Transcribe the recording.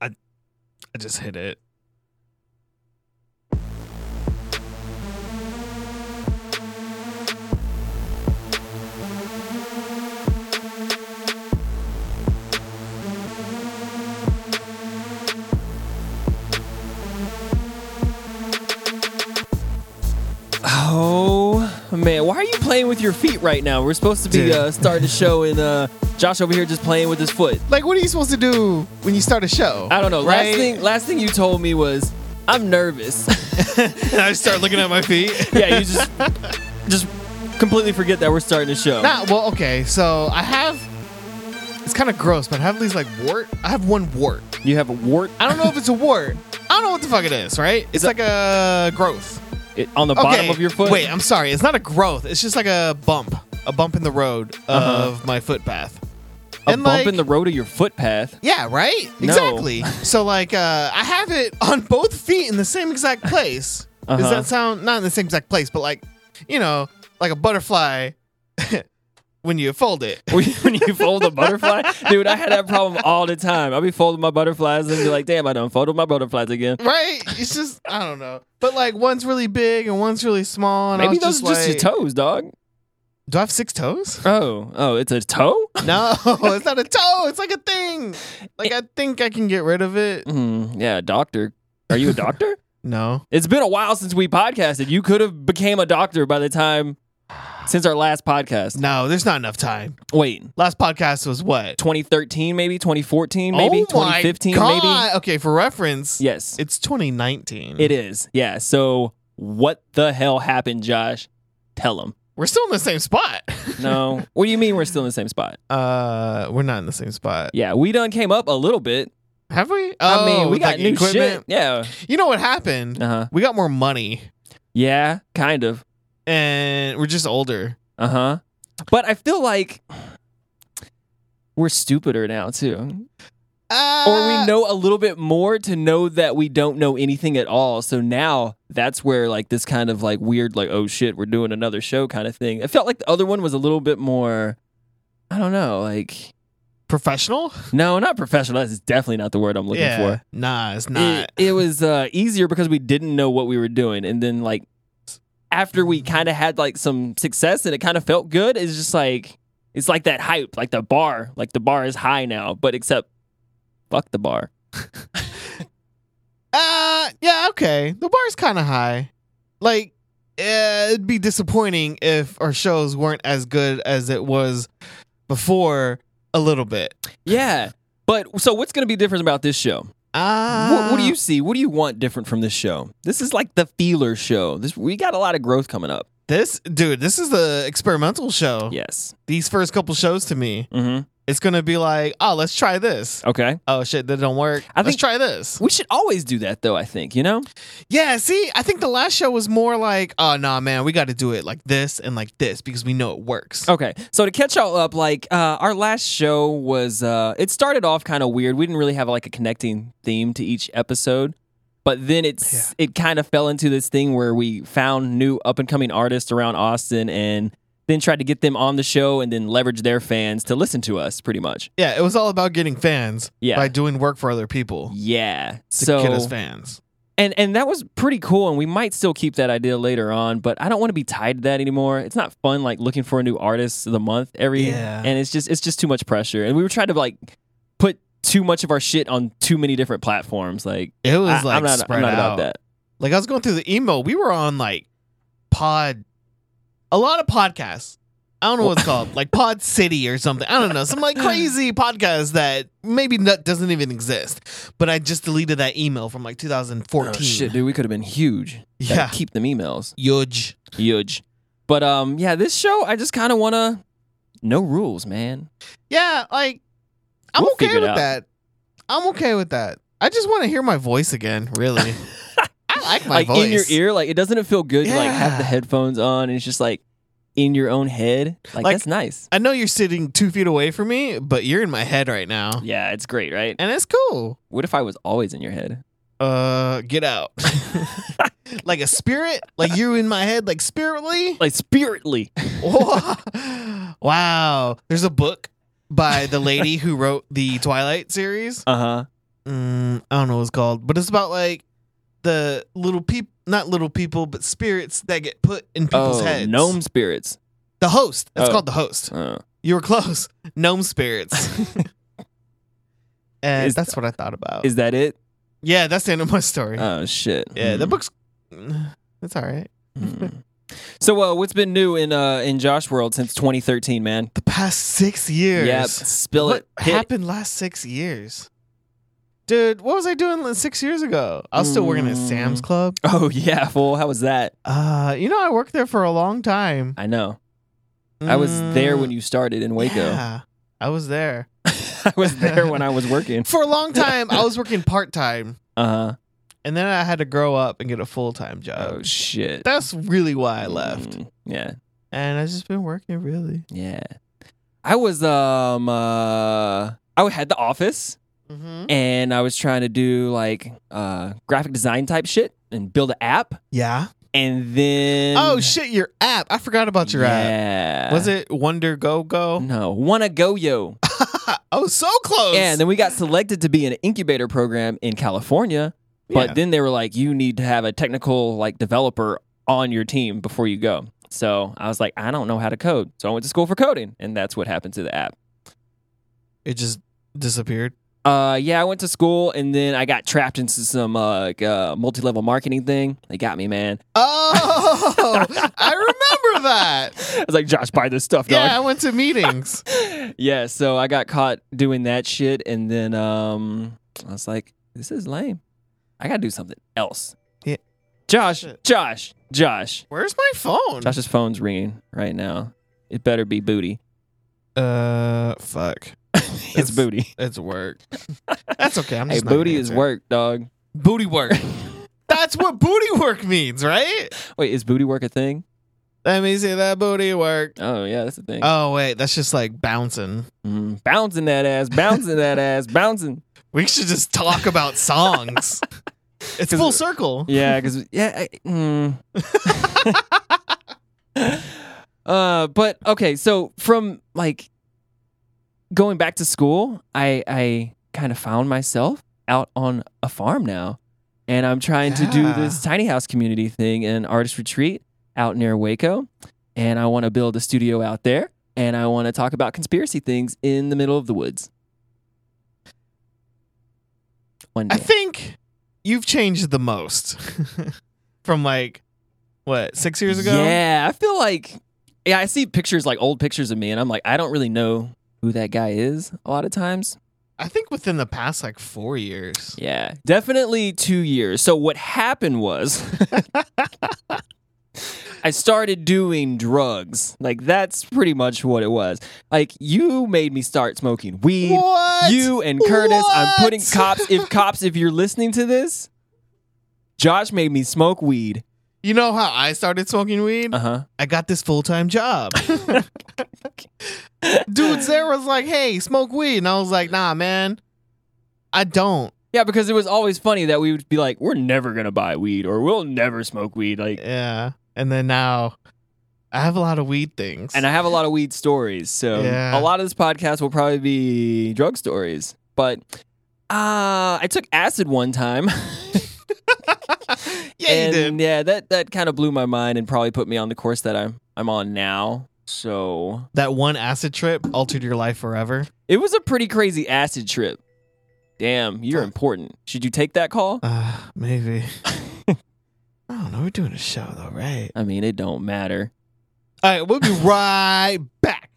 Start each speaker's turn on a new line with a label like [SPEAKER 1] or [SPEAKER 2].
[SPEAKER 1] I, I just hit it.
[SPEAKER 2] Oh man, why are you playing with your feet right now? We're supposed to be
[SPEAKER 1] Dude.
[SPEAKER 2] uh, starting the show, and uh, Josh over here just playing with his foot.
[SPEAKER 3] Like, what are you supposed to do when you start a show?
[SPEAKER 2] I don't know.
[SPEAKER 3] Right?
[SPEAKER 2] Last thing, last thing you told me was I'm nervous.
[SPEAKER 1] And I start looking at my feet.
[SPEAKER 2] yeah, you just just completely forget that we're starting a show.
[SPEAKER 3] Nah, well, okay. So I have. It's kind of gross, but I have these like wart. I have one wart.
[SPEAKER 2] You have a wart
[SPEAKER 3] I don't know if it's a wart. I don't know what the fuck it is. Right? It's like a growth.
[SPEAKER 2] it- on the bottom of your foot.
[SPEAKER 3] Wait, I'm sorry. It's not a growth. It's just like a bump, a bump in the road of my footpath.
[SPEAKER 2] Uh-huh. a
[SPEAKER 3] and,
[SPEAKER 2] bump
[SPEAKER 3] like-
[SPEAKER 2] in the road of your footpath.
[SPEAKER 3] Yeah, right.
[SPEAKER 2] No.
[SPEAKER 3] Exactly. so like, uh, I have it on both feet in the same exact place.
[SPEAKER 2] Uh-huh.
[SPEAKER 3] Does that sound not in the same exact place, but like, you know, like a butterfly when you fold it.
[SPEAKER 2] when you- when you fold a butterfly, dude, I had that problem all the time. I'll be folding my butterflies and be like, damn, I done folded my butterflies again.
[SPEAKER 3] Right? It's just I don't know. But like one's really big and one's really small. And I
[SPEAKER 2] Maybe
[SPEAKER 3] was
[SPEAKER 2] those
[SPEAKER 3] just
[SPEAKER 2] are just
[SPEAKER 3] like,
[SPEAKER 2] your toes, dog.
[SPEAKER 3] Do I have six toes?
[SPEAKER 2] Oh, oh, it's a toe?
[SPEAKER 3] No, it's not a toe. It's like a thing. Like I think I can get rid of it.
[SPEAKER 2] Hmm, yeah, doctor. Are you a doctor?
[SPEAKER 3] No.
[SPEAKER 2] it's been a while since we podcasted. You could have became a doctor by the time since our last podcast.
[SPEAKER 3] No, there's not enough time.
[SPEAKER 2] Wait,
[SPEAKER 3] Last podcast was what?
[SPEAKER 2] 2013 maybe, 2014 maybe,
[SPEAKER 3] Oh my
[SPEAKER 2] 2015
[SPEAKER 3] God. Okay, for reference,
[SPEAKER 2] maybe. Yes.
[SPEAKER 3] it's 2019.
[SPEAKER 2] It is. Yeah. So what the hell happened, Josh? Tell them.
[SPEAKER 3] We're still in the same spot.
[SPEAKER 2] No. what do you mean we're still in the same spot?
[SPEAKER 3] uh, we're not in the same spot.
[SPEAKER 2] Yeah, we done came up a little bit.
[SPEAKER 3] Have we?
[SPEAKER 2] I mean, we
[SPEAKER 3] with,
[SPEAKER 2] got
[SPEAKER 3] like,
[SPEAKER 2] new
[SPEAKER 3] equipment.
[SPEAKER 2] shit. Yeah.
[SPEAKER 3] You know what happened?
[SPEAKER 2] Uh-huh.
[SPEAKER 3] We got more money
[SPEAKER 2] Yeah, kind of.
[SPEAKER 3] and we're just older.
[SPEAKER 2] Uh-huh. But I feel like we're stupider now too.
[SPEAKER 3] Uh,
[SPEAKER 2] or we know a little bit more to know that we don't know anything at all. So now that's where like this kind of like weird like oh shit we're doing another show kind of thing. It felt like the other one was a little bit more I don't know like
[SPEAKER 3] professional.
[SPEAKER 2] no not professional. That's definitely not the word I'm looking for.
[SPEAKER 3] Nah, it's not.
[SPEAKER 2] It, it was uh, easier because we didn't know what we were doing, and then like after we kind of had like some success and it kind of felt good. It's just like it's like that hype, like the bar, like the bar is high now, but except fuck the bar.
[SPEAKER 3] Uh, yeah, okay. The bar's kind of high. Like, eh, it'd be disappointing if our shows weren't as good as it was before a little bit.
[SPEAKER 2] Yeah. But so what's going to be different about this show?
[SPEAKER 3] Uh,
[SPEAKER 2] what, what do you see? What do you want different from this show? This is like the feeler show. This we got a lot of growth coming up.
[SPEAKER 3] This, dude, this is the experimental show.
[SPEAKER 2] Yes.
[SPEAKER 3] These first couple shows to me,
[SPEAKER 2] hmm
[SPEAKER 3] it's going to be like, oh, let's try this.
[SPEAKER 2] Okay.
[SPEAKER 3] Oh, shit, that don't work.
[SPEAKER 2] I
[SPEAKER 3] let's
[SPEAKER 2] think-
[SPEAKER 3] try this.
[SPEAKER 2] We should always do that though, I think, you know?
[SPEAKER 3] Yeah, see, I think the last show was more like, oh, nah, man, we got to do it like this and like this because we know it works.
[SPEAKER 2] Okay. So to catch y'all up, like uh, our last show was uh, it started off kind of weird. We didn't really have like a connecting theme to each episode. But then it's it kind of fell into this thing where we found new up and coming artists around Austin and then tried to get them on the show and then leverage their fans to listen to us pretty much.
[SPEAKER 3] Yeah, it was all about getting fans
[SPEAKER 2] Yeah.
[SPEAKER 3] by doing work for other people
[SPEAKER 2] Yeah.
[SPEAKER 3] to
[SPEAKER 2] so
[SPEAKER 3] get us fans.
[SPEAKER 2] and and that was pretty cool, and we might still keep that idea later on, but I don't want to be tied to that anymore. It's not fun like looking for a new artist of the month every,
[SPEAKER 3] Yeah.
[SPEAKER 2] and it's just it's just too much pressure. And we were trying to like put too much of our shit on too many different platforms. Like,
[SPEAKER 3] It was
[SPEAKER 2] I,
[SPEAKER 3] like
[SPEAKER 2] am not
[SPEAKER 3] spread
[SPEAKER 2] I'm not
[SPEAKER 3] out.
[SPEAKER 2] about that.
[SPEAKER 3] Like I was going through the email, we were on like pod, a lot of podcasts. I don't know what it's called, like Pod City or something. I don't know, some like crazy podcast that maybe not, doesn't even exist. But I just deleted that email from like 2014.
[SPEAKER 2] Oh, shit, dude, we could have been huge. Gotta
[SPEAKER 3] Yeah.
[SPEAKER 2] keep them emails
[SPEAKER 3] Huge.
[SPEAKER 2] huge. But um, yeah, this show I just kind of want to no rules, man.
[SPEAKER 3] Yeah, like I'm
[SPEAKER 2] We'll
[SPEAKER 3] okay
[SPEAKER 2] figure it
[SPEAKER 3] with
[SPEAKER 2] out.
[SPEAKER 3] that. I'm okay with that. I just want to hear my voice again. Really, I like my
[SPEAKER 2] like
[SPEAKER 3] voice
[SPEAKER 2] in your ear. Like it doesn't it feel good to like have the
[SPEAKER 3] Yeah.
[SPEAKER 2] headphones on and it's just like in your own head? Like,
[SPEAKER 3] Like-
[SPEAKER 2] that's nice.
[SPEAKER 3] I know you're sitting two feet away from me, but you're in my head right now,
[SPEAKER 2] Yeah, it's great, right?
[SPEAKER 3] and it's cool.
[SPEAKER 2] What if I was always in your head?
[SPEAKER 3] Uh, get out. like a spirit, like you in my head, like spiritly.
[SPEAKER 2] Like spiritly.
[SPEAKER 3] wow, there's a book by the lady who wrote the Twilight series.
[SPEAKER 2] Uh huh.
[SPEAKER 3] Mm, I don't know what it's called, but it's about like the little people, not little people, but spirits that get put in people's
[SPEAKER 2] Oh,
[SPEAKER 3] heads.
[SPEAKER 2] gnome spirits.
[SPEAKER 3] The host. That's
[SPEAKER 2] Oh.
[SPEAKER 3] called the host.
[SPEAKER 2] Oh.
[SPEAKER 3] You were close. Gnome spirits. and
[SPEAKER 2] Is-
[SPEAKER 3] that's what I thought about.
[SPEAKER 2] Is that it?
[SPEAKER 3] yeah, that's the end of my story.
[SPEAKER 2] Oh shit.
[SPEAKER 3] yeah, the
[SPEAKER 2] Hmm.
[SPEAKER 3] book's. That's all right.
[SPEAKER 2] Hmm. So, uh, what's been new in uh in Josh World since 2013, man?
[SPEAKER 3] The past six years.
[SPEAKER 2] Yep. Spill
[SPEAKER 3] What
[SPEAKER 2] it. Hit it.
[SPEAKER 3] happened last six years? Dude, what was I doing li- six years ago? I was still working at
[SPEAKER 2] Mm.
[SPEAKER 3] Sam's Club.
[SPEAKER 2] Oh yeah, fool. How was that?
[SPEAKER 3] Uh, you know, I worked there for a long time.
[SPEAKER 2] I know. I was there when you started in Waco.
[SPEAKER 3] Mm, Yeah, I was there
[SPEAKER 2] I was there when I was working.
[SPEAKER 3] for a long time. I was working part time,
[SPEAKER 2] Uh huh.
[SPEAKER 3] and then I had to grow up and get a full time job.
[SPEAKER 2] Oh shit.
[SPEAKER 3] That's really why I left,
[SPEAKER 2] Mm, Yeah.
[SPEAKER 3] and I've just been working really.
[SPEAKER 2] Yeah. I was um uh I had the office
[SPEAKER 3] Mm-hmm.
[SPEAKER 2] and I was trying to do like uh graphic design type shit and build an app
[SPEAKER 3] Yeah.
[SPEAKER 2] and then
[SPEAKER 3] oh shit, your app! I forgot about your app.
[SPEAKER 2] yeah.
[SPEAKER 3] Was it Wonder Go Go?
[SPEAKER 2] No, wanna go yo.
[SPEAKER 3] oh, so close.
[SPEAKER 2] Yeah, and then we got selected to be in an incubator program in California. But
[SPEAKER 3] Yeah.
[SPEAKER 2] then they were like, you need to have a technical like developer on your team before you go. So I was like, I don't know how to code. So I went to school for coding, and that's what happened to the app.
[SPEAKER 3] it just disappeared.
[SPEAKER 2] Uh, yeah, I went to school, and then I got trapped into some uh, like, uh multi-level marketing thing. They got me, man.
[SPEAKER 3] Oh, I remember that.
[SPEAKER 2] I was like, Josh, buy this stuff, dog.
[SPEAKER 3] Yeah, I went to meetings.
[SPEAKER 2] yeah, so I got caught doing that shit, and then um, I was like, "This is lame. I gotta do something else."
[SPEAKER 3] Yeah.
[SPEAKER 2] Josh,
[SPEAKER 3] Shit.
[SPEAKER 2] Josh, Josh.
[SPEAKER 3] Where's my phone?
[SPEAKER 2] Josh's phone's ringing right now. It better be booty.
[SPEAKER 3] Uh, fuck.
[SPEAKER 2] it's
[SPEAKER 3] That's-
[SPEAKER 2] booty.
[SPEAKER 3] It's work. That's okay. I'm
[SPEAKER 2] Hey,
[SPEAKER 3] just not
[SPEAKER 2] booty
[SPEAKER 3] gonna
[SPEAKER 2] is
[SPEAKER 3] answer.
[SPEAKER 2] work, dog.
[SPEAKER 3] Booty work. That's what booty work means, right?
[SPEAKER 2] Wait, is booty work a thing?
[SPEAKER 3] Let me see that booty work.
[SPEAKER 2] Oh yeah, that's a thing.
[SPEAKER 3] Oh wait, that's just like bouncing.
[SPEAKER 2] Mm, bouncing that ass, bouncing that ass, bouncing.
[SPEAKER 3] We should just talk about songs. it's full circle.
[SPEAKER 2] Yeah, because yeah. I, mm. uh, but okay, so from like going back to school, I I kind of found myself out on a farm now, and I'm trying to do
[SPEAKER 3] Yeah.
[SPEAKER 2] this tiny house community thing in artist retreat out near Waco, and I want to build a studio out there, and I want to talk about conspiracy things in the middle of the woods. One day.
[SPEAKER 3] I think you've changed the most from like what six years ago.
[SPEAKER 2] Yeah, I feel like yeah, I see pictures like old pictures of me, and I'm like, I don't really know who that guy is a lot of times.
[SPEAKER 3] I think within the past like four years.
[SPEAKER 2] Yeah, definitely two years. So what happened was. I started doing drugs. Like that's pretty much what it was. Like you made me start smoking weed.
[SPEAKER 3] What
[SPEAKER 2] You and Curtis, I'm putting
[SPEAKER 3] What?
[SPEAKER 2] cops if cops if you're listening to this, Josh made me smoke weed.
[SPEAKER 3] You know how I started smoking weed?
[SPEAKER 2] Uh-huh.
[SPEAKER 3] I got this full time job. Dude, Sarah's like, hey, smoke weed. And I was like, nah, man, I don't.
[SPEAKER 2] Yeah, because it was always funny that we would be like, we're never going to buy weed or we'll never smoke weed. Like,
[SPEAKER 3] Yeah. And then now I have a lot of weed things.
[SPEAKER 2] and I have a lot of weed stories. So
[SPEAKER 3] Yeah.
[SPEAKER 2] a lot of this podcast will probably be drug stories. But uh, I took acid one time.
[SPEAKER 3] yeah,
[SPEAKER 2] and
[SPEAKER 3] you did.
[SPEAKER 2] Yeah, that, that kind of blew my mind and probably put me on the course that I'm, I'm on now. So
[SPEAKER 3] That one acid trip altered your life forever.
[SPEAKER 2] it was a pretty crazy acid trip. Damn, you're important. Should you take that call?
[SPEAKER 3] Uh, maybe. I don't know. We're doing a show, though, right?
[SPEAKER 2] I mean, it don't matter.
[SPEAKER 3] All right, we'll be right back.